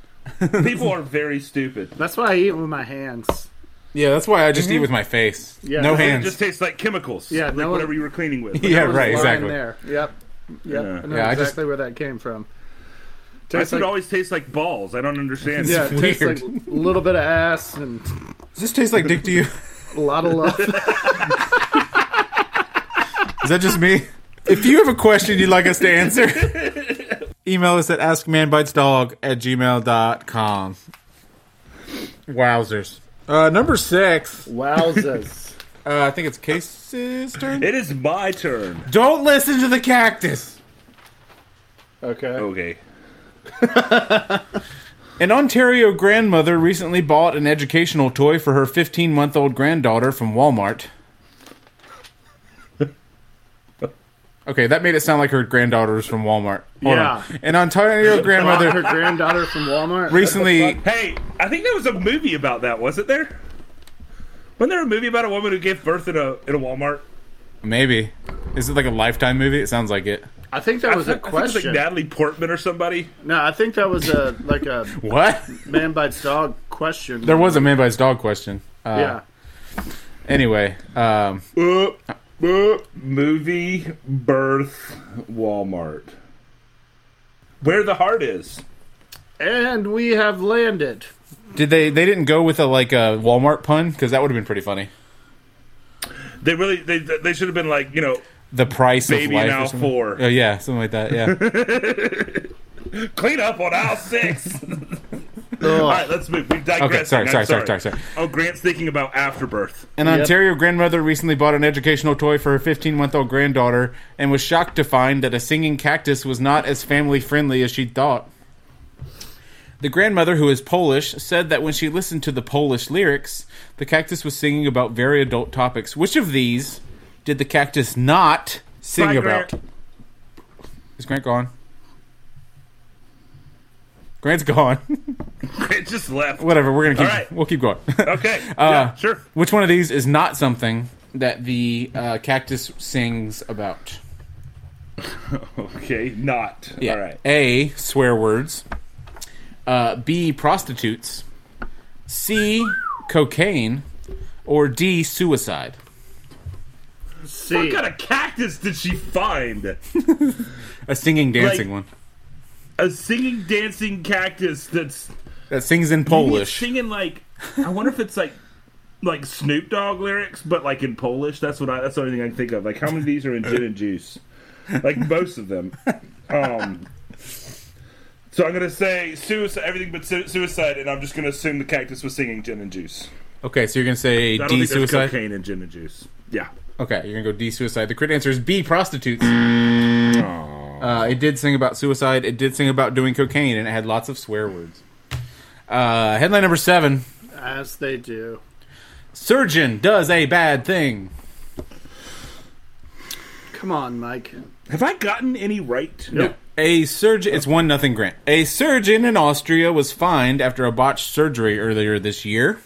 Speaker 2: People are very stupid.
Speaker 3: That's why I eat with my hands.
Speaker 1: Yeah, that's why I just
Speaker 2: Mhm.
Speaker 1: eat with my face.
Speaker 3: Yeah.
Speaker 1: no
Speaker 3: It
Speaker 2: It
Speaker 1: hands.
Speaker 2: just tastes like chemicals.
Speaker 3: Yeah,
Speaker 2: like
Speaker 3: no one-
Speaker 2: whatever you were cleaning with.
Speaker 1: yeah,
Speaker 3: There's
Speaker 1: right.
Speaker 3: a line
Speaker 1: Exactly.
Speaker 3: There. Yep. Yep. I know
Speaker 1: Yeah, I
Speaker 3: exactly
Speaker 1: just-
Speaker 3: where that came from.
Speaker 2: My
Speaker 3: Tastes
Speaker 2: food always tastes like balls. I don't understand.
Speaker 3: yeah, it tastes
Speaker 1: weird.
Speaker 3: like a little bit of ass and
Speaker 1: Does this taste like dick to you?
Speaker 3: a lot of love.
Speaker 1: Is that just me? If you have a question you'd like us to answer, Email us at askmanbitesdog at gmail.com. Wowzers. Uh, number six.
Speaker 3: Wowzers.
Speaker 1: Uh, I think it's Case's turn.
Speaker 2: It is my turn.
Speaker 1: Don't listen to the cactus.
Speaker 3: Okay.
Speaker 2: Okay.
Speaker 1: An Ontario grandmother recently bought an educational toy for her 15 month old granddaughter from Walmart. Okay, that made it sound like her granddaughter was from Walmart. Hold
Speaker 3: Yeah.
Speaker 1: on. An Ontario
Speaker 3: Mother, her
Speaker 1: grandmother
Speaker 3: granddaughter from Walmart.
Speaker 1: recently.
Speaker 2: Hey, I think there was a movie about that, wasn't there? Wasn't there a movie about a woman who gave birth in a in a Walmart?
Speaker 1: Maybe. Is it like a lifetime movie? It sounds like it.
Speaker 3: I think that was
Speaker 2: I
Speaker 3: a
Speaker 2: think it was like
Speaker 3: question.
Speaker 2: Natalie Portman or somebody.
Speaker 3: No, I think that was a like a
Speaker 1: What?
Speaker 3: man bites dog question.
Speaker 1: There was a man bites dog question. Uh,
Speaker 3: yeah.
Speaker 1: Anyway, um,
Speaker 2: Uh, uh, movie birth Walmart. Where the heart is.
Speaker 3: And we have landed.
Speaker 1: did they? They didn't go with a like a Walmart pun because that would have been pretty funny.
Speaker 2: They really they they should have been like you know
Speaker 1: The price
Speaker 2: Baby
Speaker 1: of life. or
Speaker 2: now
Speaker 1: something.
Speaker 2: four.
Speaker 1: Oh yeah, something like that. Yeah.
Speaker 2: clean up on aisle six.
Speaker 3: Oh,
Speaker 2: All right, let's move. We've digressed.
Speaker 1: Okay, sorry,
Speaker 2: I'm
Speaker 1: sorry, sorry, sorry, sorry.
Speaker 2: Oh, Grant's thinking about afterbirth.
Speaker 1: An Ontario grandmother recently bought an educational toy for her 15 month old granddaughter and was shocked to find that a singing cactus was not as family friendly as she thought. The grandmother, who is Polish, said that when she listened to the Polish lyrics, the cactus was singing about very adult topics. Which of these did the cactus not sing
Speaker 2: Bye,
Speaker 1: about?
Speaker 2: Grant.
Speaker 1: Is Grant gone? Grant's gone.
Speaker 2: Grant just left.
Speaker 1: Whatever, we're gonna keep
Speaker 2: All right.
Speaker 1: we'll keep going.
Speaker 2: Okay.
Speaker 1: Uh,
Speaker 2: yeah, sure.
Speaker 1: Which one of these is not something that the uh, cactus sings about?
Speaker 2: Okay, not. All right.
Speaker 1: A. Swear words. Uh, B. Prostitutes. C. Cocaine. Or D. Suicide.
Speaker 3: See,
Speaker 2: What kind of cactus did she find?
Speaker 1: A singing, dancing
Speaker 2: Like-
Speaker 1: one
Speaker 2: A singing, dancing cactus that's
Speaker 1: that sings in
Speaker 2: maybe it's
Speaker 1: Polish.
Speaker 2: singing like. I wonder if it's like like Snoop Dogg lyrics, but like in Polish. That's what I. That's the only thing I can think of. Like how many of these are in gin and juice? Like most of them. Um. So I'm gonna say suicide, everything but su- suicide, and I'm just gonna assume the cactus was singing gin and juice.
Speaker 1: Okay, so you're gonna say
Speaker 2: I don't
Speaker 1: D.
Speaker 2: think there's
Speaker 1: Suicide.
Speaker 2: cocaine in gin and juice. Yeah.
Speaker 1: Okay, you're gonna go D. Suicide. The correct answer is B. Prostitutes.
Speaker 2: Mm.
Speaker 1: Uh, it did sing about suicide. It did sing about doing cocaine, and it had lots of swear words. Uh, headline number seven.
Speaker 3: as they do.
Speaker 1: Surgeon does a bad thing.
Speaker 3: Come on, Mike.
Speaker 2: Have I gotten any right?
Speaker 3: Nope.
Speaker 1: A surgeon. It's one nothing. Grant. A surgeon in Austria was fined after a botched surgery earlier this year.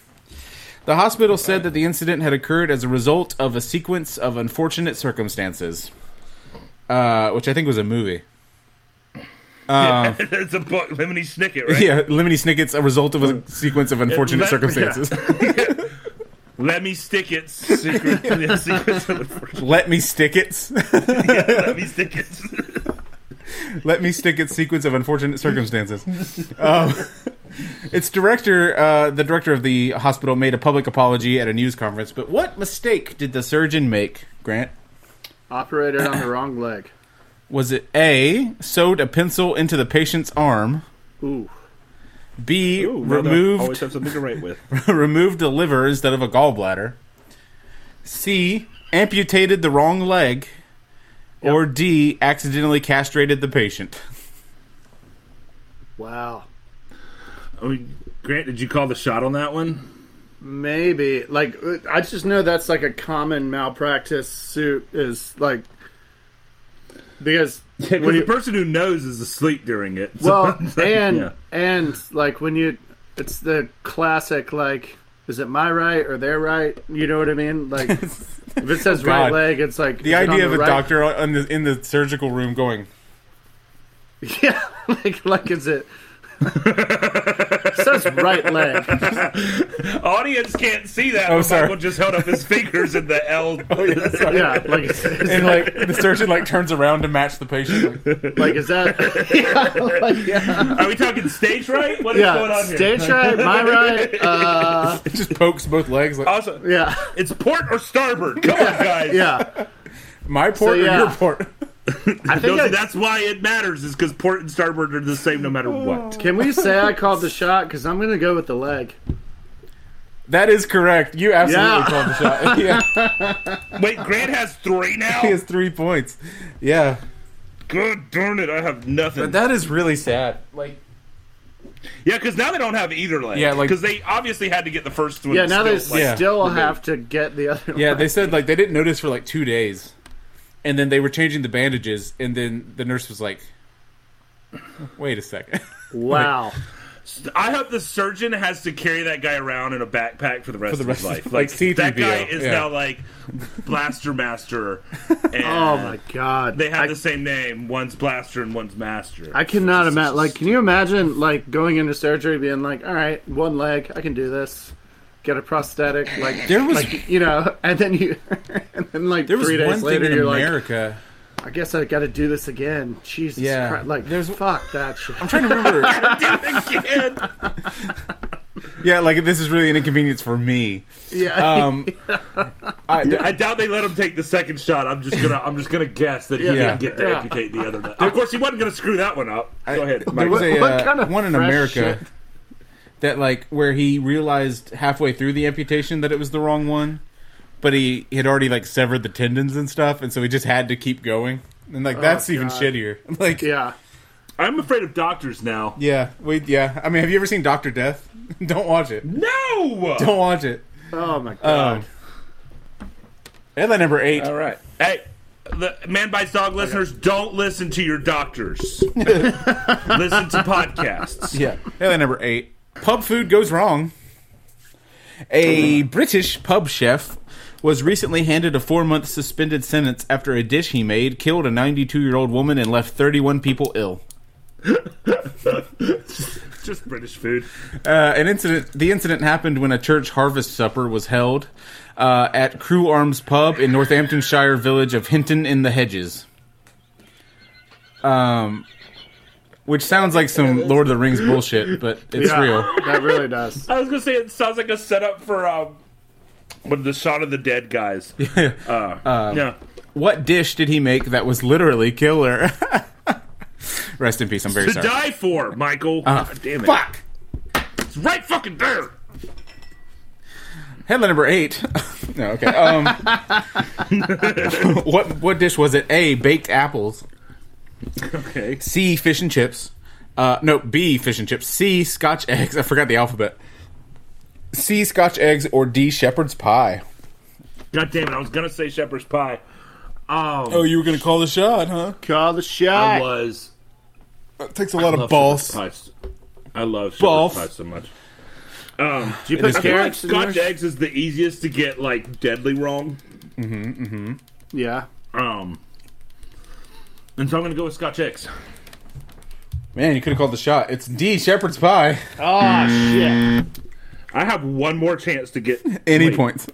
Speaker 1: The hospital said that the incident had occurred as a result of a sequence of unfortunate circumstances, uh, which I think was a movie.
Speaker 2: it's a book, Lemony Snicket, right?
Speaker 1: Yeah, Lemony Snicket's a result of a sequence of unfortunate
Speaker 2: Yeah.
Speaker 1: circumstances.
Speaker 2: Let me stick it. Secret. yeah, secrets of unfortunate-
Speaker 1: Let me stick it.
Speaker 2: Let me stick it.
Speaker 1: Let me stick its sequence of unfortunate circumstances. Um, its director, uh, the director of the hospital, made a public apology at a news conference. But what mistake did the surgeon make, Grant?
Speaker 3: Operated on the wrong leg.
Speaker 1: Was it A, sewed a pencil into the patient's arm?
Speaker 3: Ooh.
Speaker 1: B,
Speaker 2: Ooh, now that I Always
Speaker 1: removed,
Speaker 2: have something to write with.
Speaker 1: removed the liver instead of a gallbladder? C, amputated the wrong leg? Or D, accidentally castrated the patient?
Speaker 3: Wow.
Speaker 2: I mean, Grant, did you call the shot on that one?
Speaker 3: Maybe like I just know that's like a common malpractice suit is like because
Speaker 2: Yeah,
Speaker 3: when
Speaker 2: the
Speaker 3: you,
Speaker 2: person who knows is asleep during it. So
Speaker 3: well
Speaker 2: it's like,
Speaker 3: and
Speaker 2: yeah.
Speaker 3: and like when you it's the classic like is it my right or their right you know what I mean like if it says right
Speaker 1: God.
Speaker 3: leg it's like
Speaker 1: The idea of a doctor on the, in the surgical room going,
Speaker 3: yeah like like is it. it says right leg.
Speaker 2: audience can't see that.
Speaker 1: Oh,
Speaker 2: but
Speaker 1: sorry.
Speaker 2: Michael just held up his fingers in the L.
Speaker 3: Yeah, like it's,
Speaker 1: and like the surgeon like turns around to match the patient. Like,
Speaker 3: like is that yeah, like, yeah.
Speaker 2: Are we talking stage right? What is going
Speaker 3: yeah
Speaker 2: on here?
Speaker 3: stage right, my right, uh,
Speaker 1: it just pokes both legs. Like
Speaker 2: Also,
Speaker 3: yeah,
Speaker 2: it's port or starboard. Come on, guys.
Speaker 3: yeah.
Speaker 1: my port
Speaker 3: so, yeah.
Speaker 1: or your port?
Speaker 3: I
Speaker 2: No,
Speaker 3: think
Speaker 2: see,
Speaker 3: I,
Speaker 2: that's why it matters, is because port and starboard are the same no matter what.
Speaker 3: can we say I called the shot? Because I'm gonna go with the leg.
Speaker 1: That is correct. You absolutely
Speaker 3: Yeah.
Speaker 1: called the shot. Yeah,
Speaker 2: Wait, Grant has three now?
Speaker 1: he has three points. Yeah,
Speaker 2: Good darn it, I have nothing.
Speaker 1: but that is really sad. Like,
Speaker 2: yeah, because now they don't have either leg.
Speaker 1: Yeah, like-
Speaker 2: because they obviously had to get the first one.
Speaker 3: Yeah, now they
Speaker 2: still, like,
Speaker 1: yeah.
Speaker 3: still have to get the other.
Speaker 1: yeah,
Speaker 3: one.
Speaker 1: they said like they didn't notice for like two days, and then they were changing the bandages, and then the nurse was like, "Wait a second.
Speaker 3: wow.
Speaker 2: I hope the surgeon has to carry that guy around in a backpack for the rest,
Speaker 1: the rest
Speaker 2: of his life.
Speaker 1: of- like
Speaker 2: that guy
Speaker 1: C-3PO,
Speaker 2: is
Speaker 1: yeah.
Speaker 2: now like Blaster Master. And
Speaker 3: Oh my god.
Speaker 2: They have
Speaker 3: I,
Speaker 2: the same name. One's Blaster and one's Master.
Speaker 3: I cannot imagine. Like, can you imagine like going into surgery being like, all right, one leg, I can do this. Get a prosthetic, like
Speaker 1: There was-
Speaker 3: like, you know, and then you, and then like
Speaker 1: There was
Speaker 3: three
Speaker 1: one
Speaker 3: days later,
Speaker 1: thing in
Speaker 3: you're
Speaker 1: America.
Speaker 3: like, I guess I got to do this again. Jesus
Speaker 1: Yeah.
Speaker 3: Christ! Like,
Speaker 1: There's-
Speaker 3: fuck that shit.
Speaker 1: I'm trying to remember.
Speaker 2: Again.
Speaker 1: yeah, like this is really an inconvenience for me.
Speaker 3: yeah,
Speaker 1: Um, I,
Speaker 2: I doubt they let him take the second shot. I'm just gonna I'm just gonna guess that he
Speaker 1: Yeah.
Speaker 2: didn't get to
Speaker 3: Yeah.
Speaker 2: amputate the other. Of course, he wasn't gonna screw that one up. Go ahead.
Speaker 1: there
Speaker 2: Mike.
Speaker 1: was a
Speaker 3: What
Speaker 1: uh,
Speaker 3: kind of
Speaker 1: one in
Speaker 3: fresh
Speaker 1: America
Speaker 3: shit?
Speaker 1: that like where he realized halfway through the amputation that it was the wrong one, but he he had already like severed the tendons and stuff, and so he just had to keep going. And like that's even
Speaker 3: Oh, God.
Speaker 1: shittier. Like yeah.
Speaker 3: yeah.
Speaker 2: I'm afraid of doctors now.
Speaker 1: we yeah. I mean, have you ever seen Doctor Death? Don't watch it.
Speaker 2: No.
Speaker 1: Don't watch it.
Speaker 3: Oh my god.
Speaker 1: Um, headline number eight.
Speaker 2: All right. Hey, the Man Bites Dog listeners, don't listen to your doctors. listen to podcasts.
Speaker 1: Yeah. Headline number eight. Pub food goes wrong. A British pub chef was recently handed a four month suspended sentence after a dish he made killed a 92 year old woman and left 31 people ill.
Speaker 2: It's just British food.
Speaker 1: Uh, an incident. The incident happened when a church harvest supper was held uh, at Crew Arms Pub in Northamptonshire village of Hinton in the Hedges. Um, which sounds like some Lord of the Rings bullshit, but it's
Speaker 3: Yeah,
Speaker 1: real.
Speaker 3: That really does.
Speaker 2: I was gonna say it sounds like a setup for um, but the Shaun of the Dead guys. Yeah. Uh,
Speaker 1: Um,
Speaker 2: yeah.
Speaker 1: What dish did he make that was literally killer? Rest in peace. I'm very
Speaker 2: To
Speaker 1: sorry. Uh,
Speaker 2: die for, Michael. God damn it.
Speaker 1: Fuck.
Speaker 2: It's right fucking there.
Speaker 1: Headline number eight. no, okay. Um, what what dish was it? A baked apples.
Speaker 2: Okay.
Speaker 1: C fish and chips. Uh, no, B fish and chips. C Scotch eggs. I forgot the alphabet. C Scotch eggs or D shepherd's pie.
Speaker 2: God damn it! I was gonna say shepherd's pie. Um,
Speaker 1: Oh, you were gonna call the shot, huh?
Speaker 3: Call the
Speaker 2: I
Speaker 3: shot.
Speaker 2: was.
Speaker 1: That takes a lot
Speaker 2: I
Speaker 1: of
Speaker 2: love
Speaker 1: balls.
Speaker 2: shepherd's pies. I love shepherd's
Speaker 1: Balls.
Speaker 2: pie so much. Um,
Speaker 3: Do you
Speaker 1: It
Speaker 3: put
Speaker 1: is
Speaker 2: I feel like
Speaker 3: carrots in
Speaker 2: Scotch
Speaker 3: yours?
Speaker 2: eggs is the easiest to get like deadly wrong.
Speaker 3: Yeah.
Speaker 2: Um, and so I'm gonna go with Scotch eggs.
Speaker 1: Man, you could have called the shot. It's D shepherd's pie.
Speaker 3: Oh shit.
Speaker 2: I have one more chance to get
Speaker 1: Any
Speaker 2: wait,
Speaker 1: points.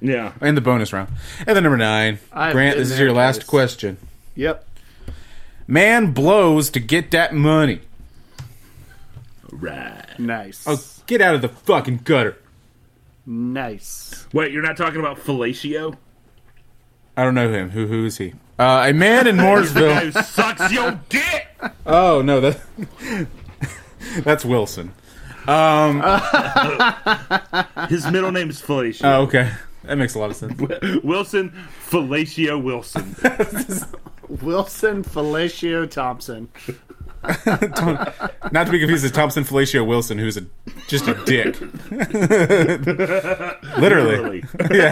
Speaker 2: Yeah.
Speaker 1: and the bonus round. And then number nine,
Speaker 3: I've
Speaker 1: Grant.
Speaker 3: been
Speaker 1: This is
Speaker 3: there,
Speaker 1: your last
Speaker 3: guys.
Speaker 1: question.
Speaker 3: Yep.
Speaker 1: Man blows to get that money.
Speaker 2: Right.
Speaker 3: Nice.
Speaker 1: Oh, get out of the fucking gutter.
Speaker 3: Nice.
Speaker 2: Wait, you're not talking about fellatio?
Speaker 1: I don't know him. Who who is he? Uh, a man in
Speaker 2: Guy who
Speaker 1: Mooresville.
Speaker 2: sucks your dick.
Speaker 1: oh no, that that's Wilson.
Speaker 2: His middle name is fellatio.
Speaker 1: Oh, okay, that makes a lot of sense.
Speaker 2: Wilson fellatio Wilson.
Speaker 3: Wilson Felicio Thompson.
Speaker 1: Not to be confused with Thompson Felicio Wilson, who's a just a dick. Literally,
Speaker 2: Really.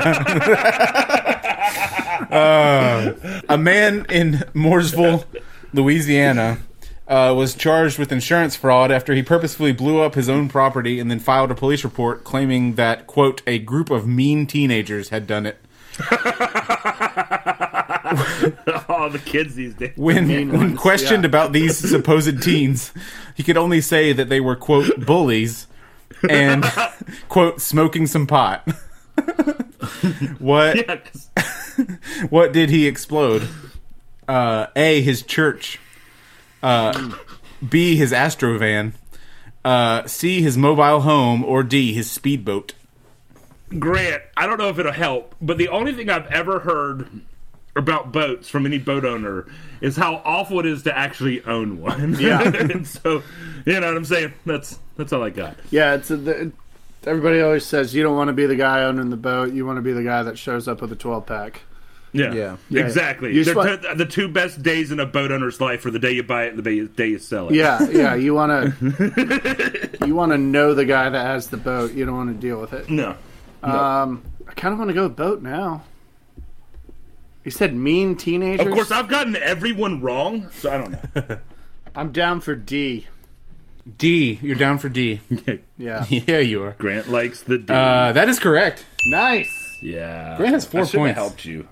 Speaker 1: a man in Mooresville, Louisiana. Uh, was charged with insurance fraud after he purposefully blew up his own property and then filed a police report claiming that quote a group of mean teenagers had done it
Speaker 2: All the kids these days.
Speaker 1: When, when
Speaker 3: ones,
Speaker 1: questioned
Speaker 3: yeah.
Speaker 1: about these supposed teens, he could only say that they were, quote, bullies and, quote, smoking some pot. what,
Speaker 2: Yeah, 'cause-
Speaker 1: what did he explode? Uh, A, his church. Uh, B, his Astrovan. Uh, C, his mobile home. Or D, his speedboat.
Speaker 2: Grant, I don't know if it'll help, but the only thing I've ever heard about boats from any boat owner is how awful it is to actually own one.
Speaker 3: Yeah.
Speaker 2: And so, you know what I'm saying? That's that's all I got.
Speaker 3: Yeah, it's a, the, everybody always says you don't want to be the guy owning the boat. You want to be the guy that shows up with a twelve pack.
Speaker 2: Yeah.
Speaker 1: Yeah.
Speaker 3: Yeah.
Speaker 2: Exactly.
Speaker 3: You
Speaker 2: They're
Speaker 3: swi-
Speaker 2: t- the two best days in a boat owner's life are the day you buy it and the day you sell it.
Speaker 3: Yeah, yeah. You want to you want to know the guy that has the boat. You don't want to deal with it.
Speaker 2: No.
Speaker 3: Um, I kind of want to go with boat now. You said mean teenagers.
Speaker 2: Of course, I've gotten everyone wrong, so I don't know.
Speaker 3: I'm down for D.
Speaker 1: D. You're down for D.
Speaker 3: Yeah,
Speaker 1: yeah, you are.
Speaker 2: Grant likes the D.
Speaker 1: Uh, that is correct.
Speaker 3: nice.
Speaker 2: yeah.
Speaker 1: Grant has four
Speaker 2: I shouldn't have
Speaker 1: points.
Speaker 2: helped you.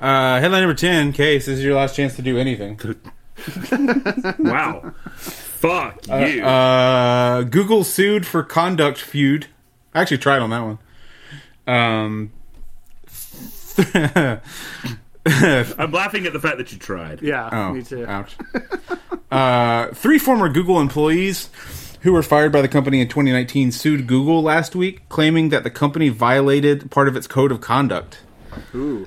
Speaker 1: Uh, headline number 10, Case, this is your last chance to do anything.
Speaker 2: Wow. Fuck you.
Speaker 1: Uh, Google sued for conduct feud. I actually tried on that one. Um,
Speaker 2: I'm laughing at the fact that you tried.
Speaker 3: Yeah,
Speaker 1: oh,
Speaker 3: me too.
Speaker 1: ouch. Uh, three former Google employees who were fired by the company in 2019 sued Google last week, claiming that the company violated part of its code of conduct.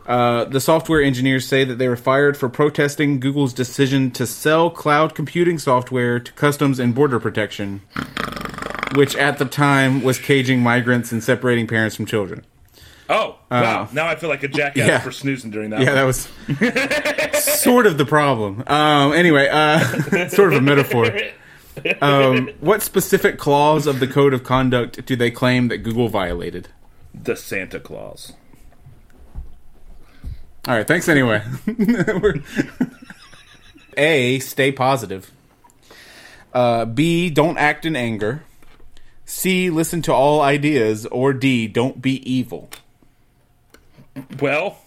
Speaker 1: Uh, the software engineers say that they were fired for protesting Google's decision to sell cloud computing software to Customs and Border Protection, which at the time was caging migrants and separating parents from children.
Speaker 2: Oh, wow. Now I feel like a jackass
Speaker 1: Yeah.
Speaker 2: for snoozing during that.
Speaker 1: Yeah, that was sort of the problem. Um, anyway, uh, sort of a metaphor. Um, what specific clause of the code of conduct do they claim that Google violated?
Speaker 2: one. The Santa Claus.
Speaker 1: All right, thanks anyway. We're- A, stay positive. Uh, B, don't act in anger. C, listen to all ideas. Or D, don't be evil.
Speaker 2: Well,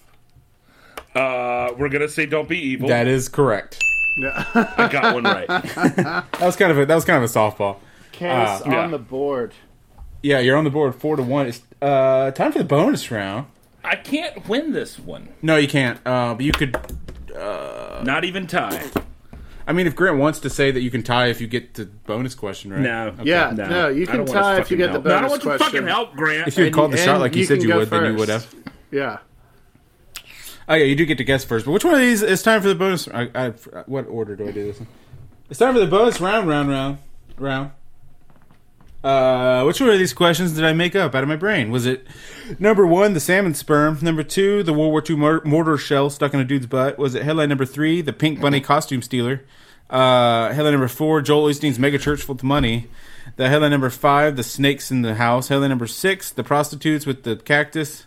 Speaker 2: uh, we're gonna say don't be evil.
Speaker 1: That is correct.
Speaker 2: I got one right.
Speaker 1: That was kind of a that was kind of a softball.
Speaker 3: Case
Speaker 1: Uh,
Speaker 3: on
Speaker 2: yeah.
Speaker 3: the board.
Speaker 1: Yeah, you're on the board four to one. It's uh, time for the bonus round.
Speaker 2: I can't win this one.
Speaker 1: No, you can't. Uh, but you could.
Speaker 2: Not even tie.
Speaker 1: I mean, if Grant wants to say that you can tie if you get the bonus question right.
Speaker 2: No.
Speaker 3: Yeah, no, you
Speaker 2: I don't
Speaker 3: can
Speaker 2: want his
Speaker 3: tie if
Speaker 2: fucking
Speaker 3: you get the
Speaker 2: help. No, I don't
Speaker 3: bonus
Speaker 2: want your
Speaker 3: question.
Speaker 2: fucking help, Grant.
Speaker 1: If you had called the
Speaker 3: And-
Speaker 1: shot like you,
Speaker 3: you
Speaker 1: said
Speaker 3: can
Speaker 1: you
Speaker 3: go
Speaker 1: would, then you would have.
Speaker 3: first. Yeah,
Speaker 1: Oh yeah, you do get to guess first. But which one of these? It's time for the bonus. I, I, what order do I do this? in? It's time for the bonus round, round, round, round. Uh, which one of these questions did I make up out of my brain? Was it number one, the salmon sperm? Number two, the World War II mor- mortar shell stuck in a dude's butt? Was it headline number three, the pink bunny costume stealer? Uh, headline number four, Joel Osteen's megachurch full of money. The headline number five, the snakes in the house. Headline number six, the prostitutes with the cactus.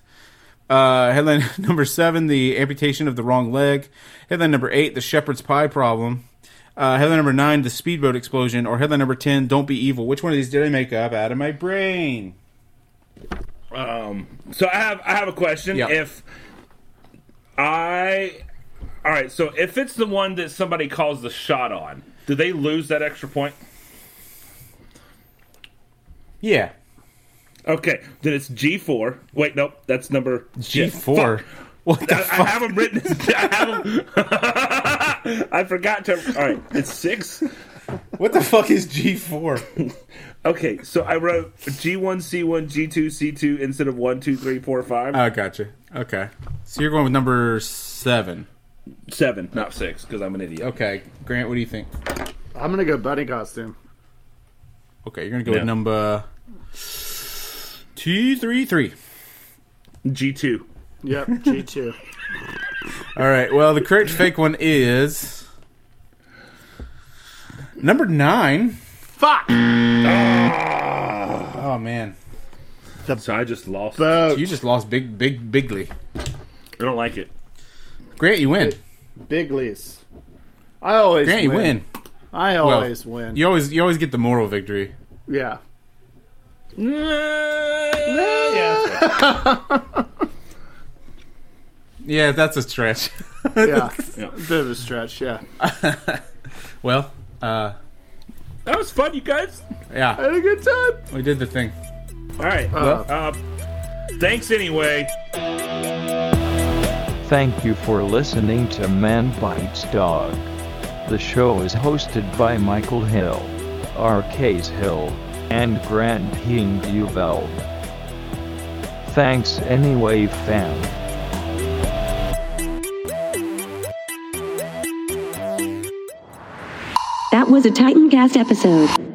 Speaker 1: Uh, headline number seven, the amputation of the wrong leg. Headline number eight, the shepherd's pie problem. Uh, headline number nine, the speedboat explosion. Or headline number 10, don't be evil. Which one of these did I make up out of my brain?
Speaker 2: Um, so I have I have a question.
Speaker 1: Yeah.
Speaker 2: If I all right, so if it's the one that somebody calls the shot on, do they lose that extra point?
Speaker 1: Yeah.
Speaker 2: Okay, then it's G four. Wait, nope, that's number shit.
Speaker 1: G4.
Speaker 2: Fuck.
Speaker 1: What the
Speaker 2: I, I
Speaker 1: fuck?
Speaker 2: have them written. I have them. I forgot to. All right, it's six.
Speaker 1: What the fuck is G4?
Speaker 2: Okay, so I wrote G one C one G two C two instead of one two three four five
Speaker 1: I Oh, gotcha. Okay. So you're going with number seven.
Speaker 2: seven, not six, because I'm an idiot.
Speaker 1: Okay. Grant, what do you think?
Speaker 3: I'm gonna go bunny costume.
Speaker 1: Okay, you're going to go
Speaker 2: Yeah.
Speaker 1: with number 233.
Speaker 2: G two.
Speaker 3: Yep, G two.
Speaker 1: All right. Well, the correct fake one is number nine.
Speaker 3: Fuck.
Speaker 1: Oh man,
Speaker 2: So I just lost.
Speaker 3: Boat.
Speaker 1: you just lost big, big, bigly.
Speaker 2: I don't like it.
Speaker 1: Grant, you win.
Speaker 3: Biglies. I always
Speaker 1: Grant, you
Speaker 3: win.
Speaker 1: win.
Speaker 3: I
Speaker 1: Well,
Speaker 3: always win.
Speaker 1: You always, you always get the moral victory.
Speaker 3: yeah.
Speaker 1: Yeah, that's a stretch.
Speaker 3: Yeah.
Speaker 2: Yeah.
Speaker 3: Bit of a stretch, yeah.
Speaker 1: well, uh,
Speaker 2: That was fun, you guys.
Speaker 1: yeah,
Speaker 3: Had a good time.
Speaker 1: we did the thing.
Speaker 2: All right.
Speaker 3: Uh,
Speaker 2: Uh, thanks anyway.
Speaker 4: Thank you for listening to Man Bites Dog. The show is hosted by Michael Hill, R. Case Hill, and Grant Hing Uveld. Thanks anyway, fam.
Speaker 7: was a Titancast episode.